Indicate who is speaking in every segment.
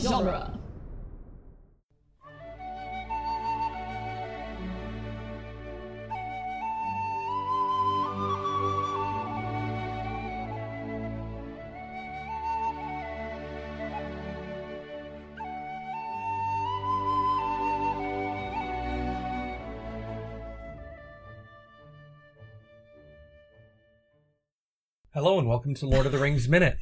Speaker 1: genre.
Speaker 2: Hello and welcome to Lord of the Rings Minute,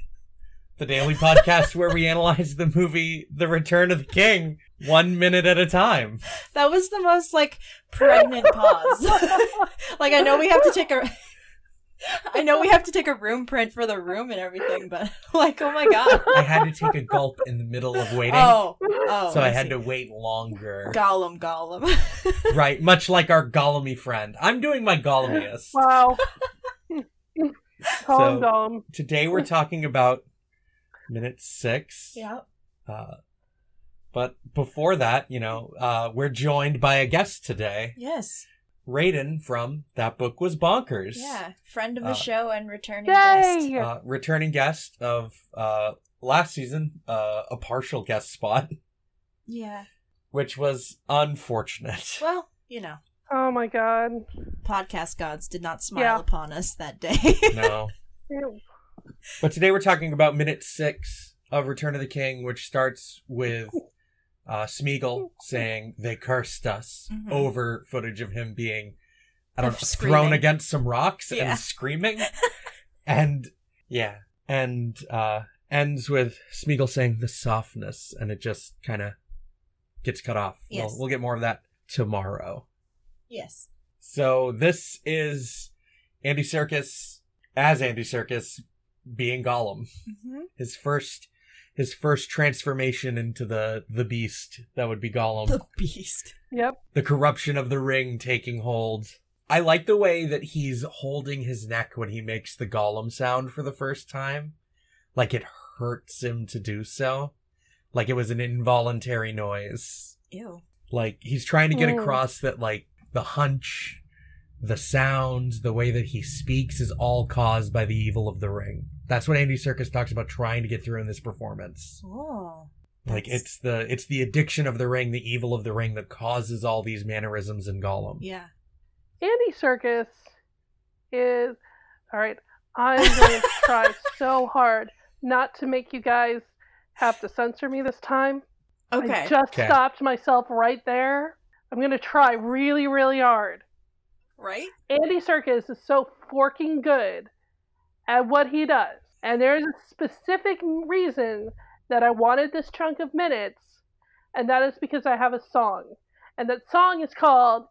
Speaker 2: the daily podcast where we analyze the movie The Return of the King one minute at a time.
Speaker 1: That was the most like pregnant pause. like I know we have to take a I know we have to take a room print for the room and everything, but like oh my god.
Speaker 2: I had to take a gulp in the middle of waiting,
Speaker 1: Oh, oh.
Speaker 2: so I had to wait longer.
Speaker 1: Gollum Gollum.
Speaker 2: Right, much like our Gollumy friend. I'm doing my Gollumiest.
Speaker 3: Wow. Calm
Speaker 2: So-
Speaker 3: down.
Speaker 2: Today we're talking about minute six.
Speaker 1: yeah.
Speaker 2: Uh, but before that, you know, uh, we're joined by a guest today,
Speaker 1: Yes.
Speaker 2: Raiden from That Book Was Bonkers.
Speaker 1: Yeah. Friend of the
Speaker 2: Uh,
Speaker 1: show and returning guest.
Speaker 3: Yay!
Speaker 2: uh, returning guest of uh, last season, uh, a partial guest spot,
Speaker 1: Yeah.
Speaker 2: which was unfortunate.
Speaker 1: Well, you know,
Speaker 3: Oh my god.
Speaker 1: podcast gods did not smile
Speaker 3: Yeah.
Speaker 1: upon us that day.
Speaker 2: no.
Speaker 3: Ew.
Speaker 2: But today we're talking about minute six of Return of the King, which starts with uh, Smeagol saying they cursed us
Speaker 1: Mhm.
Speaker 2: over footage of him being, I don't know,
Speaker 1: Of screaming.
Speaker 2: thrown against some rocks
Speaker 1: Yeah.
Speaker 2: and screaming. and yeah, and uh, ends with Smeagol saying the softness, and it just kind of gets cut off.
Speaker 1: Yes.
Speaker 2: We'll, we'll get more of that tomorrow.
Speaker 1: yes.
Speaker 2: So this is Andy Circus as Andy Circus being Gollum
Speaker 1: hmm
Speaker 2: his first his first transformation into the the beast that would be Gollum.
Speaker 1: The
Speaker 2: The,
Speaker 1: beast.
Speaker 3: Yep.
Speaker 2: corruption of the ring taking hold. I like the way that he's holding his neck when he makes the Gollum sound for the first time. Like it hurts him to do so. Like it was an involuntary noise.
Speaker 1: Ew.
Speaker 2: Like he's trying to get
Speaker 3: Mm.
Speaker 2: across that like the hunch, the sounds, the way that he speaks is all caused by the evil of the ring. That's what Andy Serkis talks about trying to get through in this performance.
Speaker 1: Oh.
Speaker 2: Like
Speaker 1: That's-
Speaker 2: it's the it's the addiction of the ring, the evil of the ring that causes all these mannerisms in Gollum.
Speaker 1: Yeah.
Speaker 3: Andy Circus is alright. I'm going to try so hard not to make you guys have to censor me this time.
Speaker 1: Okay.
Speaker 3: I just
Speaker 2: Okay.
Speaker 3: stopped myself right there. I'm going to try really, really hard.
Speaker 1: right?
Speaker 3: Andy Circus is so forking good at what he does. And there's a specific reason that I wanted this chunk of minutes, and that is because I have a song. And that song is called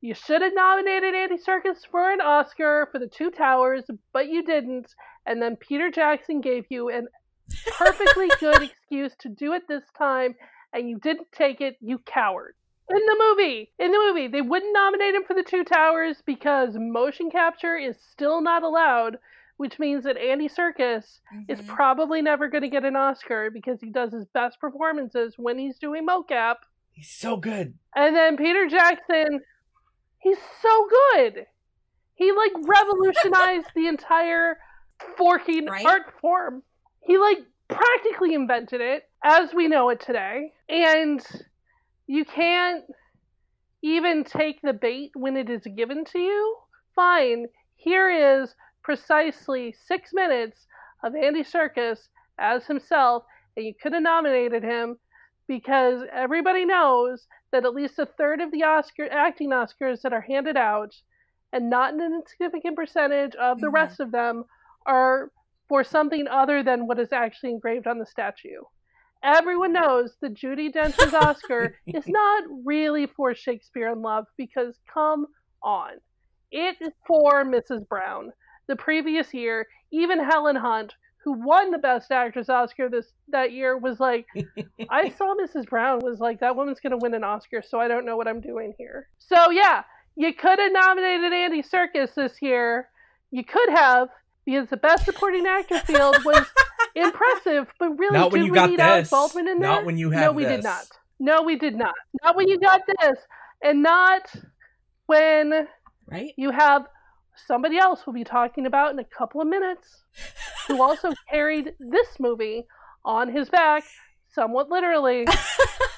Speaker 3: You Should Have Nominated Andy Circus for an Oscar for The Two Towers, but you didn't. And then Peter Jackson gave you an perfectly good excuse to do it this time, and you didn't take it, you coward. In the movie, in the movie, they wouldn't nominate him for the Two Towers because motion capture is still not allowed, which means that Andy Serkis is
Speaker 1: Mhm.
Speaker 3: probably never going to get an Oscar because he does his best performances when he's doing mocap.
Speaker 2: He's so good.
Speaker 3: And then Peter Jackson, he's so good. He like revolutionized the entire forking
Speaker 1: Right?
Speaker 3: art form. He like practically invented it as we know it today. And you can't even take the bait when it is given to you. Fine. Here is precisely six minutes of Andy Serkis as himself, and you could have nominated him because everybody knows that at least a third of the Oscar acting Oscars that are handed out, and not an insignificant percentage of the
Speaker 1: Mhm.
Speaker 3: rest of them, are for something other than what is actually engraved on the statue. Everyone knows that Judy Dench's Oscar is not really for Shakespeare in Love because come on, it is for Mrs. Brown. The previous year, even Helen Hunt, who won the Best Actress Oscar this that year, was like, I saw Mrs. Brown was like, that woman's gonna win an Oscar, so I don't know what I'm doing here. So yeah, you could have nominated Andy Serkis this year. You could have, because the best supporting actor field was impressive, but really
Speaker 2: Not when
Speaker 3: did
Speaker 2: you
Speaker 3: we
Speaker 2: got
Speaker 3: need Alec
Speaker 2: this.
Speaker 3: Baldwin in there?
Speaker 2: Not when you
Speaker 3: No,
Speaker 2: have
Speaker 3: we did
Speaker 2: this.
Speaker 3: not. No, we did not. Not when you got this. And not when
Speaker 1: Right?
Speaker 3: you have somebody else we'll be talking about in a couple of minutes who also carried this movie on his back somewhat literally.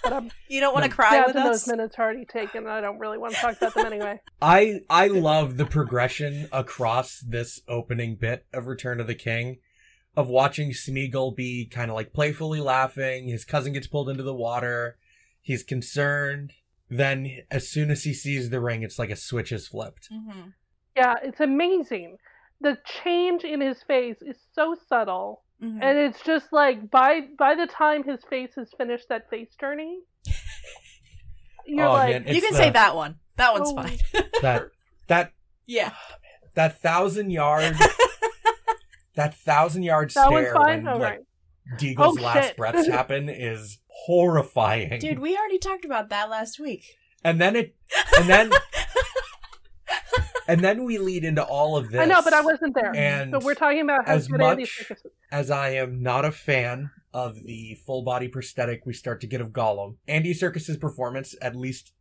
Speaker 3: but I'm
Speaker 1: You don't want to
Speaker 2: No.
Speaker 1: cry
Speaker 3: glad
Speaker 1: with
Speaker 3: that those
Speaker 1: us.
Speaker 3: minutes are already taken. and I don't really want to talk about them anyway.
Speaker 2: I I love the progression across this opening bit of Return of the King of watching Smeagol be kind of like playfully laughing, his cousin gets pulled into the water, he's concerned. Then as soon as he sees the ring, it's like a switch is flipped.
Speaker 1: Mhm.
Speaker 3: Yeah, it's amazing. The change in his face is so subtle.
Speaker 1: Mhm.
Speaker 3: And it's just like by by the time his face has finished that face journey, you're
Speaker 2: Oh,
Speaker 3: like,
Speaker 2: man,
Speaker 1: You
Speaker 2: it's
Speaker 1: can
Speaker 2: the-
Speaker 1: say that one. That one's
Speaker 3: Oh.
Speaker 1: fine.
Speaker 2: That that
Speaker 1: yeah.
Speaker 2: that thousand yard that thousand yard
Speaker 3: that one's
Speaker 2: stare
Speaker 3: fine.
Speaker 2: when
Speaker 3: All
Speaker 2: like
Speaker 3: right.
Speaker 2: Deagle's
Speaker 3: Oh,
Speaker 2: last
Speaker 3: shit.
Speaker 2: breaths happen is horrifying.
Speaker 1: Dude, we already talked about that last week.
Speaker 2: and then it and then and then we lead into all of this
Speaker 3: I know, but I wasn't there.
Speaker 2: and
Speaker 3: but we're talking about how
Speaker 2: as
Speaker 3: good Andy
Speaker 2: much-
Speaker 3: Serkis is.
Speaker 2: as i am not a fan of the full body prosthetic we start to get of gollum andy circus's performance at least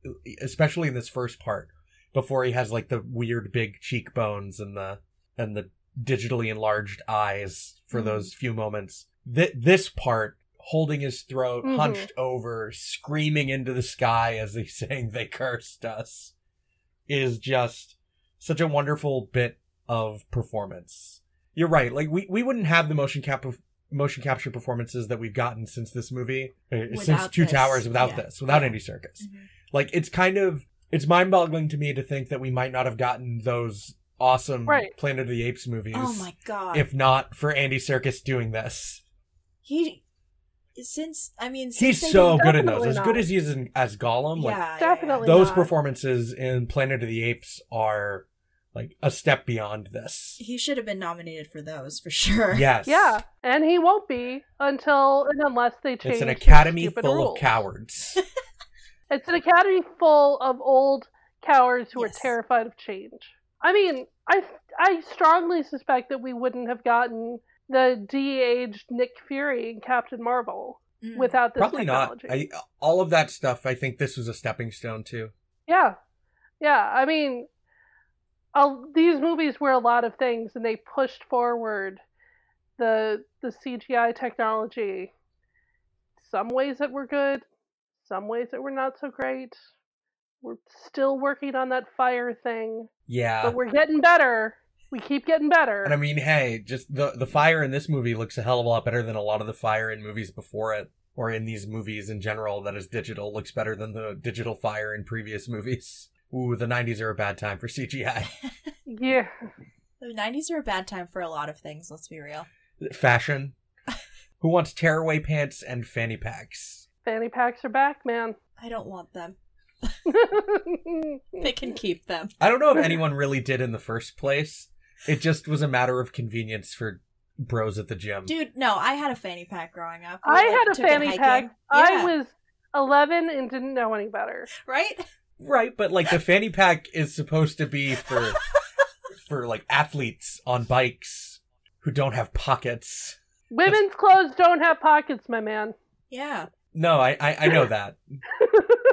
Speaker 2: especially in this first part before he has like the weird big cheekbones and the and the digitally enlarged eyes for
Speaker 1: Mhm.
Speaker 2: those few moments Th- this part holding his throat
Speaker 3: Mhm.
Speaker 2: hunched over screaming into the sky as he's saying they cursed us is just such a wonderful bit of performance. You're right. Like we, we wouldn't have the motion cap motion capture performances that we've gotten since this movie, uh, since
Speaker 1: Without
Speaker 2: Two
Speaker 1: this,
Speaker 2: Towers, without
Speaker 1: yeah.
Speaker 2: this, without
Speaker 1: Yeah.
Speaker 2: Andy Circus. Like it's kind of it's mind boggling to me to think that we might not have gotten those awesome
Speaker 3: Right.
Speaker 2: Planet of the Apes movies
Speaker 1: Oh my god.
Speaker 2: if not for Andy Circus doing this.
Speaker 1: he since I mean since
Speaker 2: He's
Speaker 1: they
Speaker 2: so
Speaker 1: did-
Speaker 2: good in those.
Speaker 3: Definitely
Speaker 2: As good
Speaker 3: not.
Speaker 2: as he is in, as Gollum, like
Speaker 1: yeah,
Speaker 3: Definitely.
Speaker 2: those
Speaker 3: not.
Speaker 2: performances in Planet of the Apes are like a step beyond this.
Speaker 1: yeah. He should have been nominated for those for sure.
Speaker 2: Yes.
Speaker 3: Yeah, and he won't be until and unless they change.
Speaker 2: It's an
Speaker 3: their
Speaker 2: academy
Speaker 3: stupid
Speaker 2: full
Speaker 3: rules.
Speaker 2: of cowards.
Speaker 3: It's an academy full of old cowards who
Speaker 1: Yes.
Speaker 3: are terrified of change. I mean, I I strongly suspect that we wouldn't have gotten the de-aged Nick Fury and Captain Marvel
Speaker 1: Mm.
Speaker 3: without this
Speaker 2: Probably not.
Speaker 3: technology.
Speaker 2: I, all of that stuff, I think this was a stepping stone too.
Speaker 3: Yeah, yeah. I mean, a, these movies were a lot of things, and they pushed forward the the CGI technology. Some ways that were good, some ways that were not so great. We're still working on that fire thing,
Speaker 2: Yeah.
Speaker 3: but we're getting better. We keep getting better.
Speaker 2: And I mean, hey, just the the fire in this movie looks a hell of a lot better than a lot of the fire in movies before it, or in these movies in general. That is digital looks better than the digital fire in previous movies. Ooh, the '90s are a bad time for CGI.
Speaker 3: yeah,
Speaker 1: The 90s are a bad time for a lot of things, let's be real.
Speaker 2: Fashion. Who wants tearaway pants and fanny packs?
Speaker 3: fanny packs are back, man.
Speaker 1: I don't want them. They
Speaker 3: Mm-hmm.
Speaker 1: can keep them.
Speaker 2: I don't know if anyone really did in the first place. It just was a matter of convenience for bros at the gym.
Speaker 1: Dude, no, I had a fanny pack growing up. We,
Speaker 3: I
Speaker 1: like,
Speaker 3: had a
Speaker 1: took it
Speaker 3: fanny
Speaker 1: hiking.
Speaker 3: pack.
Speaker 1: Yeah,
Speaker 3: I was 11 and didn't know any better.
Speaker 1: right?
Speaker 2: Right, but like the fanny pack is supposed to be for for like athletes on bikes who don't have pockets.
Speaker 3: Women's clothes don't have pockets, my man.
Speaker 1: Yeah.
Speaker 2: No, I I, I know that.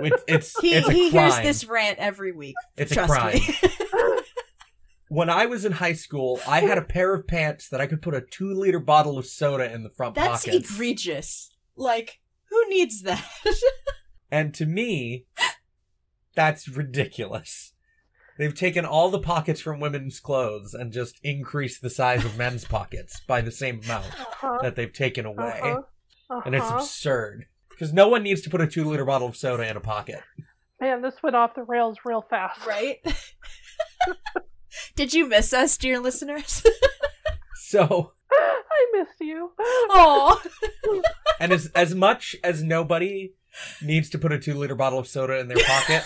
Speaker 2: It's it's,
Speaker 1: He,
Speaker 2: it's a
Speaker 1: he
Speaker 2: crime.
Speaker 1: hears this rant every week.
Speaker 2: it's a
Speaker 1: Trust
Speaker 2: crime.
Speaker 1: me.
Speaker 2: When I was in high school, I had a pair of pants that I could put a two liter bottle of soda in the front
Speaker 1: That's
Speaker 2: pockets.
Speaker 1: egregious. Like, who needs that?
Speaker 2: And to me, that's ridiculous. They've taken all the pockets from women's clothes and just increased the size of men's pockets by the same amount
Speaker 3: Uh-huh.
Speaker 2: that they've taken away.
Speaker 3: Uh-huh. Uh-huh.
Speaker 2: And it's absurd. Because no one needs to put a two liter bottle of soda in a pocket.
Speaker 3: Man, this went off the rails real fast.
Speaker 1: right? Did you miss us, dear listeners?
Speaker 2: So,
Speaker 3: I missed you.
Speaker 1: Oh,
Speaker 2: and as, as much as nobody needs to put a two liter bottle of soda in their pocket,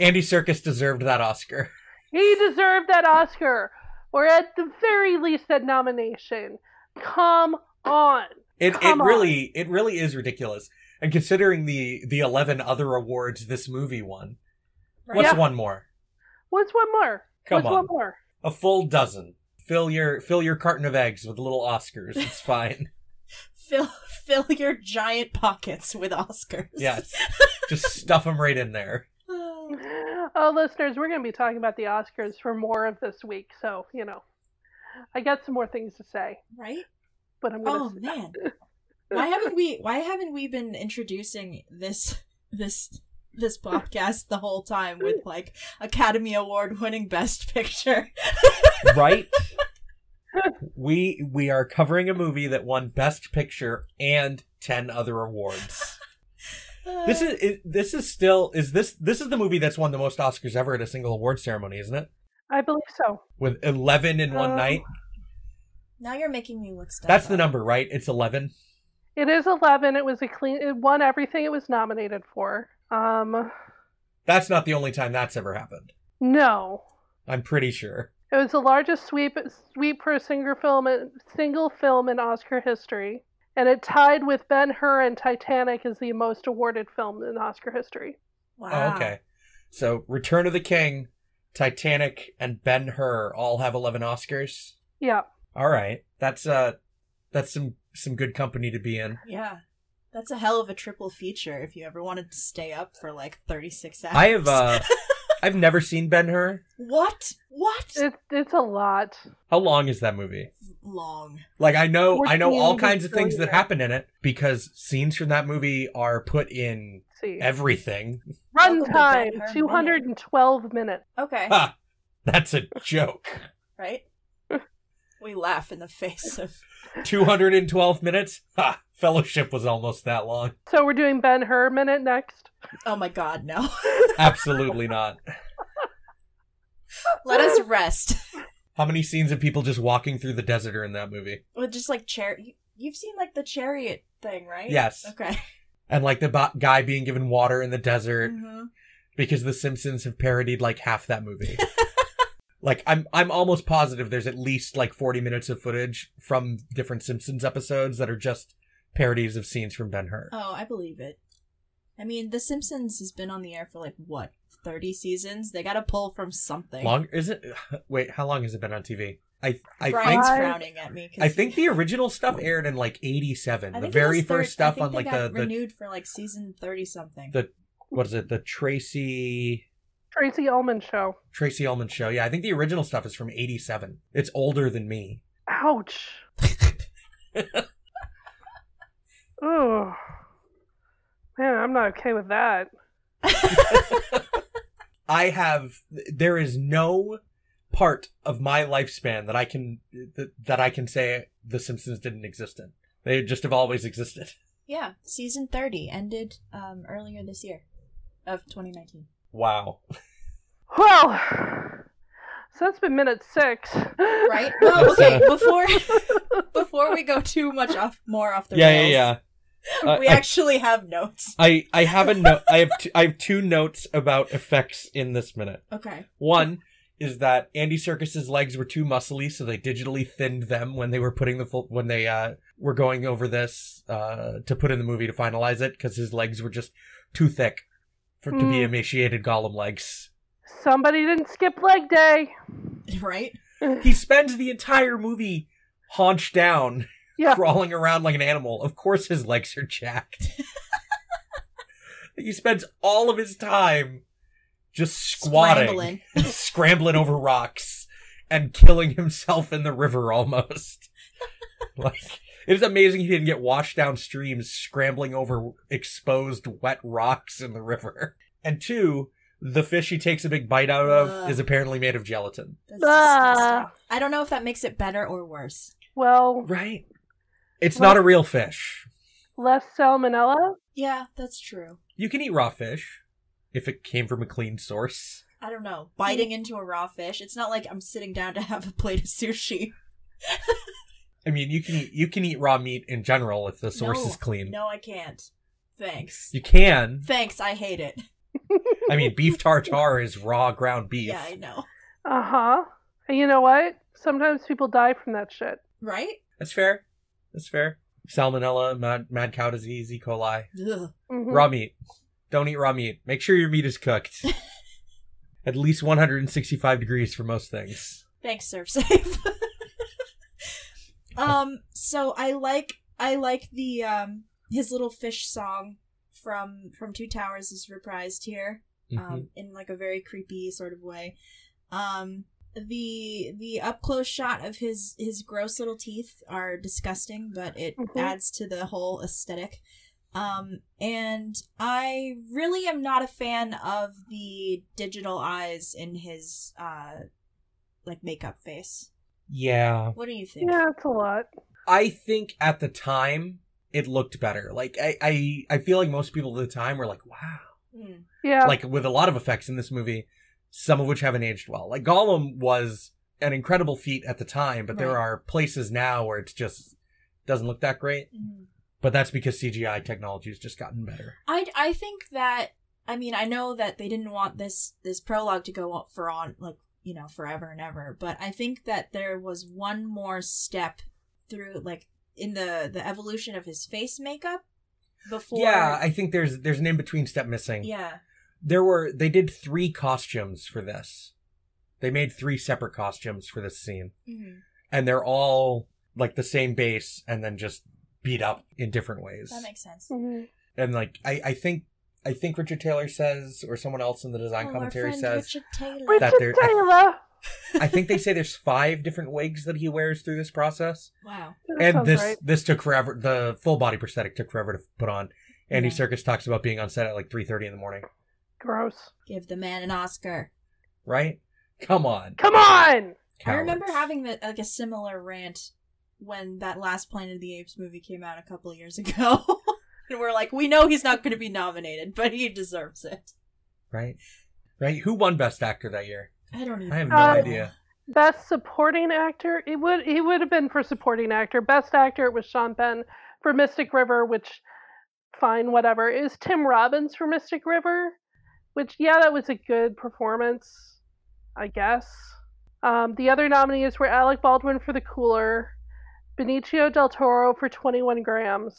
Speaker 2: Andy Circus deserved that Oscar.
Speaker 3: He deserved that Oscar, or at the very least that nomination. Come on.
Speaker 2: It
Speaker 3: Come
Speaker 2: it
Speaker 3: on.
Speaker 2: really it really is ridiculous. And considering the the eleven other awards this movie won, what's
Speaker 3: Yeah.
Speaker 2: one more?
Speaker 3: What's one more?
Speaker 2: Come
Speaker 3: What's
Speaker 2: on.
Speaker 3: one more?
Speaker 2: A full dozen. Fill your fill your carton of eggs with little Oscars. It's fine.
Speaker 1: fill fill your giant pockets with Oscars.
Speaker 2: yes, just stuff them right in there.
Speaker 1: Oh.
Speaker 3: Oh, listeners, we're going to be talking about the Oscars for more of this week, so, you know, I got some more things to say,
Speaker 1: right?
Speaker 3: but I'm going
Speaker 1: Oh
Speaker 3: to.
Speaker 1: man. why haven't we why haven't we been introducing this this this podcast the whole time with like Academy Award winning best picture?
Speaker 2: right? we we are covering a movie that won Best Picture and ten other awards. This
Speaker 1: Uh,
Speaker 2: is it, this is still is this this is the movie that's won the most Oscars ever at a single award ceremony, isn't it?
Speaker 3: I believe so.
Speaker 2: With eleven in one
Speaker 3: Um,
Speaker 2: night.
Speaker 1: Now you're making me look stuff.
Speaker 2: That's the
Speaker 1: up.
Speaker 2: number, right? It's eleven.
Speaker 3: It is eleven. It was a clean. It won everything it was nominated for. Um,
Speaker 2: That's not the only time that's ever happened.
Speaker 3: no,
Speaker 2: I'm pretty sure.
Speaker 3: it was the largest sweep sweep per single film in, single film in Oscar history, and it tied with Ben Hur and Titanic as the most awarded film in Oscar history.
Speaker 1: Wow.
Speaker 2: Oh, okay. So Return of the King, Titanic, and Ben Hur all have eleven Oscars.
Speaker 3: Yeah,
Speaker 2: All right. That's uh that's some some good company to be in.
Speaker 1: Yeah. That's a hell of a triple feature if you ever wanted to stay up for like 36 hours.
Speaker 2: I have uh I've never seen Ben Hur.
Speaker 1: What? What?
Speaker 3: it's it's a lot.
Speaker 2: How long is that movie?
Speaker 1: Long.
Speaker 2: Like I know I know
Speaker 3: 14
Speaker 2: all kinds of things that
Speaker 3: minutes.
Speaker 2: happen in it because scenes from that movie are put in
Speaker 3: Let's see,
Speaker 2: everything.
Speaker 1: Welcome to Ben
Speaker 3: runtime
Speaker 1: Hur
Speaker 3: two hundred and twelve minutes.
Speaker 1: Okay.
Speaker 2: Ha! That's a joke.
Speaker 1: Right? We laugh in the face of.
Speaker 2: 212 minutes? Ha! Fellowship was almost that long.
Speaker 3: So we're doing Ben Hur minute next.
Speaker 1: Oh my god, no.
Speaker 2: Absolutely not.
Speaker 1: Let us rest.
Speaker 2: How many scenes of people just walking through the desert are in that movie?
Speaker 1: With just like chariot. You've seen like the chariot thing, right?
Speaker 2: Yes.
Speaker 1: Okay.
Speaker 2: And like the bo- guy being given water in the desert
Speaker 1: Mhm.
Speaker 2: because the Simpsons have parodied like half that movie. like I'm I'm almost positive there's at least like 40 minutes of footage from different Simpsons episodes that are just parodies of scenes from Ben-Hur.
Speaker 1: Oh, I believe it. I mean, The Simpsons has been on the air for like, what, 30 seasons? They gotta pull from something.
Speaker 2: Long is it Wait, how long has it been on TV? I I
Speaker 1: Brian's
Speaker 2: think
Speaker 3: Right.
Speaker 1: frowning at me. 'cause
Speaker 2: I think the original stuff aired in like 87.
Speaker 1: I
Speaker 2: The
Speaker 1: think it
Speaker 2: very
Speaker 1: was thir-
Speaker 2: first
Speaker 1: I
Speaker 2: stuff
Speaker 1: think
Speaker 2: on
Speaker 1: they
Speaker 2: like the
Speaker 1: got
Speaker 2: the
Speaker 1: renewed for like season thirty something.
Speaker 2: the- what is it? The Tracy
Speaker 3: Tracy Ullman show.
Speaker 2: Tracy Ullman show. Yeah, I think the original stuff is from 87. It's older than me.
Speaker 3: Ouch. oh. Man, I'm not okay with that.
Speaker 2: I have there is no part of my lifespan that I can that, that I can say the Simpsons didn't exist in. They just have always existed.
Speaker 1: yeah, season thirty ended um, earlier this year of twenty nineteen.
Speaker 2: Wow.
Speaker 3: Well, so that's been minute six.
Speaker 1: Right? Well, okay. Before before we go too much off more off the rails,
Speaker 2: Uh,
Speaker 1: we
Speaker 2: I-
Speaker 1: actually have notes.
Speaker 2: I I have a note. I have t- I have two notes about effects in this minute.
Speaker 1: Okay.
Speaker 2: One is that Andy Circus's legs were too muscly, so they digitally thinned them when they were putting the full when they uh were going over this uh to put in the movie to finalize it because his legs were just too thick for to be
Speaker 3: Mm.
Speaker 2: emaciated Gollum legs.
Speaker 3: Somebody didn't skip leg day.
Speaker 1: Right.
Speaker 2: He spends the entire movie haunched down,
Speaker 3: Yeah.
Speaker 2: crawling around like an animal. Of course, his legs are jacked. he spends all of his time just squatting,
Speaker 1: Scrambling.
Speaker 2: and scrambling over rocks, and killing himself in the river almost. like it is amazing he didn't get washed down streams scrambling over exposed wet rocks in the river. And two, the fish he takes a big bite out of
Speaker 1: Ugh.
Speaker 2: is apparently made of gelatin.
Speaker 1: That's
Speaker 3: Ah.
Speaker 1: disgusting. I don't know if that makes it better or worse.
Speaker 3: Well,
Speaker 2: Right. It's
Speaker 3: Well-
Speaker 2: not a real fish.
Speaker 3: less salmonella.
Speaker 1: Yeah, that's true.
Speaker 2: You can eat raw fish if it came from a clean source.
Speaker 1: I don't know. Biting into a raw fish. It's not like I'm sitting down to have a plate of sushi.
Speaker 2: I mean, you can you can eat raw meat in general if the source
Speaker 1: No.
Speaker 2: is clean.
Speaker 1: No, I can't. Thanks.
Speaker 2: You can.
Speaker 1: Thanks, I hate it.
Speaker 2: I mean, beef tartare is raw ground beef.
Speaker 1: Yeah, I know.
Speaker 3: Uh huh. And you know what? Sometimes people die from that shit.
Speaker 1: Right?
Speaker 2: That's fair. That's fair. Salmonella, mad, mad cow disease, E. coli.
Speaker 1: Ugh.
Speaker 3: Mhm.
Speaker 2: Raw meat. Don't eat raw meat. Make sure your meat is cooked. At least 165 degrees for most things.
Speaker 1: Thanks, SurfSafe. um, so I like I like the um his little fish song from from Two Towers is reprised here.
Speaker 2: Mhm.
Speaker 1: um, in like a very creepy sort of way. Um, the the up close shot of his his gross little teeth are disgusting, but it
Speaker 3: Mhm.
Speaker 1: adds to the whole aesthetic. Um, and I really am not a fan of the digital eyes in his uh like makeup face.
Speaker 2: Yeah.
Speaker 1: What do you think?
Speaker 3: Yeah, it's a lot.
Speaker 2: I think at the time it looked better. Like I, I, I feel like most people at the time were like, "Wow!"
Speaker 1: Mm.
Speaker 3: Yeah.
Speaker 2: Like with a lot of effects in this movie, some of which haven't aged well. Like Gollum was an incredible feat at the time, but there
Speaker 1: Right.
Speaker 2: are places now where it's just doesn't look that great.
Speaker 1: Mm.
Speaker 2: But that's because CGI technology has just gotten better.
Speaker 1: I I think that I mean I know that they didn't want this this prologue to go up for on like you know forever and ever, but I think that there was one more step through like in the the evolution of his face makeup before.
Speaker 2: Yeah, I think there's there's an in between step missing.
Speaker 1: yeah,
Speaker 2: There were they did three costumes for this. They made three separate costumes for this scene.
Speaker 1: hmm
Speaker 2: and they're all like the same base and then just beat up in different ways.
Speaker 1: that makes sense.
Speaker 3: Mhm.
Speaker 2: and like I, I think I think Richard Taylor says or someone else in the design
Speaker 1: Oh,
Speaker 2: commentary
Speaker 1: our friend
Speaker 2: says
Speaker 1: Richard Taylor.
Speaker 2: That
Speaker 3: Richard
Speaker 2: there-
Speaker 3: Taylor.
Speaker 2: I think they say there's five different wigs that he wears through this process.
Speaker 1: wow,
Speaker 3: That
Speaker 2: and
Speaker 3: sounds
Speaker 2: this
Speaker 3: right.
Speaker 2: this took forever the full body prosthetic took forever to put on. Andy
Speaker 1: Yeah.
Speaker 2: Circus talks about being on set at like three thirty in the morning.
Speaker 3: Gross.
Speaker 1: give the man an Oscar.
Speaker 2: Right? Come on.
Speaker 3: Come on.
Speaker 1: I remember
Speaker 2: cowards.
Speaker 1: having the, like a similar rant when that last Planet of the Apes movie came out a couple of years ago. and we're like, we know he's not going to be nominated, but he deserves it.
Speaker 2: Right? Right? Who won Best Actor that year?
Speaker 1: I don't even.
Speaker 2: I have no
Speaker 3: Um,
Speaker 2: idea.
Speaker 3: Best supporting actor. It would he would have been for supporting actor. Best actor it was Sean Penn for Mystic River, which fine, whatever. It was Tim Robbins for Mystic River, which yeah, that was a good performance, I guess. Um, the other nominees were Alec Baldwin for The Cooler, Benicio del Toro for 21 Grams,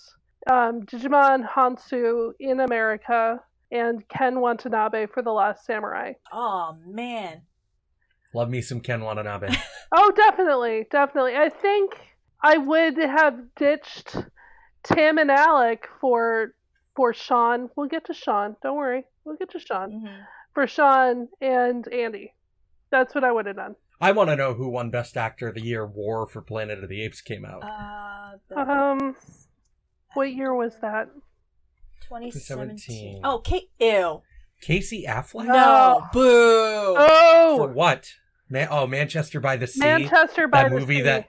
Speaker 3: um, Digimon Hansu in America, and Ken Watanabe for The Last Samurai.
Speaker 1: Oh man,
Speaker 2: Love me some Ken Watanabe.
Speaker 3: Oh, definitely, definitely. I think I would have ditched Tim and Alec for for Sean. We'll get to Sean. Don't worry. We'll get to Sean. For Sean and Andy. That's what I would have done.
Speaker 2: I want to know who won Best Actor the year War for Planet of the Apes came out.
Speaker 1: uh,
Speaker 3: Um, What year was that?
Speaker 2: 2017.
Speaker 1: Oh, Kate. Ew.
Speaker 2: Casey Affleck
Speaker 1: No,
Speaker 2: for
Speaker 1: boo.
Speaker 3: Oh,
Speaker 2: what? Man, oh, Manchester by the Sea.
Speaker 3: Manchester by
Speaker 2: that
Speaker 3: the
Speaker 2: movie
Speaker 3: Sea.
Speaker 2: that-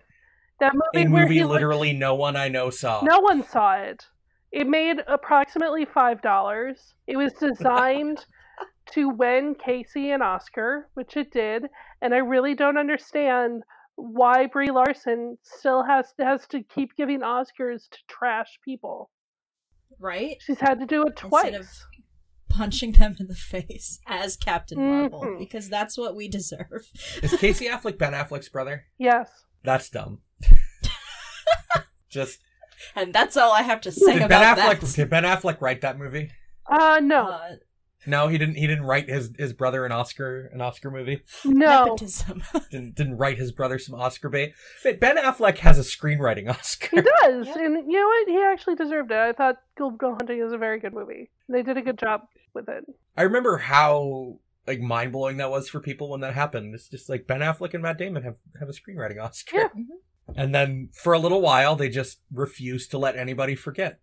Speaker 3: that
Speaker 2: a
Speaker 3: movie where
Speaker 2: movie
Speaker 3: he looked-
Speaker 2: literally no one I know saw.
Speaker 3: No one saw it. It made approximately five dollars. It was designed to win Casey an Oscar, which it did, and I really don't understand why Brie Larson still has has to keep giving Oscars to trash people.
Speaker 1: Right?
Speaker 3: She's had to do it twice.
Speaker 1: Instead of punching them in the face as Captain Marvel
Speaker 3: Mhm.
Speaker 1: because that's what we deserve.
Speaker 2: Is Casey Affleck Ben Affleck's brother?
Speaker 3: Yes.
Speaker 2: That's dumb. Just
Speaker 1: And that's all I have to say
Speaker 2: did Ben
Speaker 1: about
Speaker 2: Affleck
Speaker 1: that.
Speaker 2: did Ben Affleck write that movie?
Speaker 3: Uh no.
Speaker 1: Uh,
Speaker 2: No, he didn't. He didn't write his, his brother an Oscar an Oscar movie.
Speaker 3: no.
Speaker 1: Nepotism.
Speaker 2: Didn't didn't write his brother some Oscar bait. But Ben Affleck has a screenwriting
Speaker 3: He
Speaker 2: Oscar.
Speaker 3: does.
Speaker 1: Yeah.
Speaker 3: And you know what? He actually deserved it. I thought Gold Girl Hunting is a very good movie. They did a good job with it.
Speaker 2: I remember how like mind blowing that was for people when that happened. It's just like Ben Affleck and Matt Damon have have a screenwriting Oscar,
Speaker 3: Yeah.
Speaker 1: Mhm.
Speaker 2: and then for a little while they just refused to let anybody forget.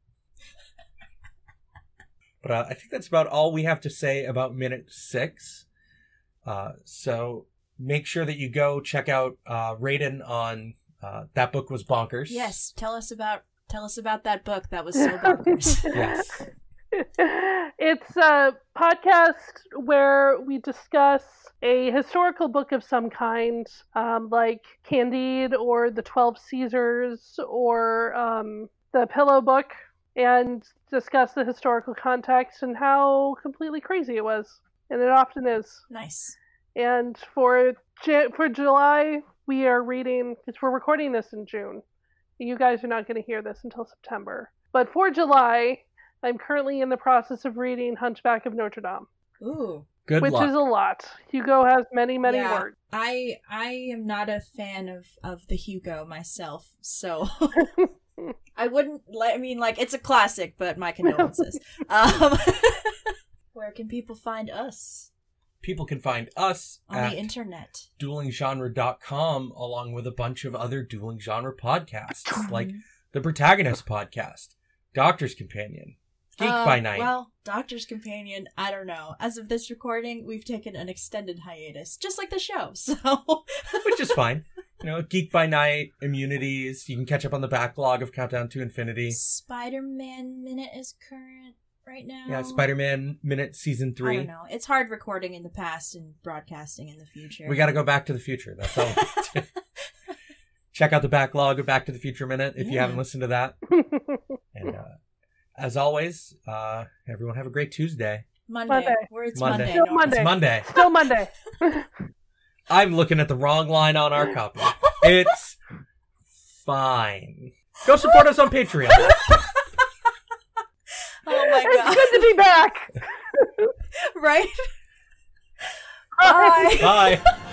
Speaker 2: but uh, I think that's about all we have to say about minute six. Uh, so make sure that you go check out uh, Raiden on uh, that book was bonkers.
Speaker 1: Yes, tell us about tell us about that book that was so bonkers.
Speaker 2: Yes.
Speaker 3: it's a podcast where we discuss a historical book of some kind, um, like Candide or the Twelve Caesars or um, the Pillow Book, and discuss the historical context and how completely crazy it was. And it often is.
Speaker 1: nice.
Speaker 3: And for Jan- for July, we are reading because we're recording this in June. You guys are not going to hear this until September. But for July, I'm currently in the process of reading Hunchback of Notre Dame,
Speaker 1: Ooh.
Speaker 2: Good
Speaker 3: which
Speaker 2: luck.
Speaker 3: is a lot. Hugo has many, many
Speaker 1: Yeah.
Speaker 3: words.
Speaker 1: I I am not a fan of of the Hugo myself, so I wouldn't. li- I mean, like it's a classic, but my condolences. um, where can people find us?
Speaker 2: people can find us
Speaker 1: on
Speaker 2: at
Speaker 1: the internet.
Speaker 2: duelinggenre.com along with a bunch of other dueling genre podcasts like the Protagonist Podcast, Doctor's Companion, Geek
Speaker 1: Uh,
Speaker 2: by Night.
Speaker 1: Well, Doctor's Companion, I don't know. As of this recording, we've taken an extended hiatus, just like the show. So,
Speaker 2: which is fine. You know, Geek by Night, Immunities. You can catch up on the backlog of Countdown to Infinity.
Speaker 1: Spider Man Minute is current right now.
Speaker 2: Yeah, Spider Man Minute Season
Speaker 1: I don't
Speaker 2: 3.
Speaker 1: know. It's hard recording in the past and broadcasting in the future.
Speaker 2: We got to go back to the future. That's all. Check out the backlog of Back to the Future Minute if you
Speaker 1: Yeah.
Speaker 2: haven't listened to that. And uh, as always, uh, everyone have a great Tuesday.
Speaker 1: Monday.
Speaker 3: Monday.
Speaker 1: Where it's
Speaker 2: Monday.
Speaker 1: Monday.
Speaker 3: Still
Speaker 1: Norm.
Speaker 3: Monday.
Speaker 2: It's Monday.
Speaker 3: Still Monday.
Speaker 2: I'm looking at the wrong line on our copy. It's fine. Go support us on Patreon.
Speaker 1: Oh my god.
Speaker 3: It's good to be back.
Speaker 1: Right?
Speaker 3: Bye.
Speaker 1: Bye.
Speaker 2: Bye.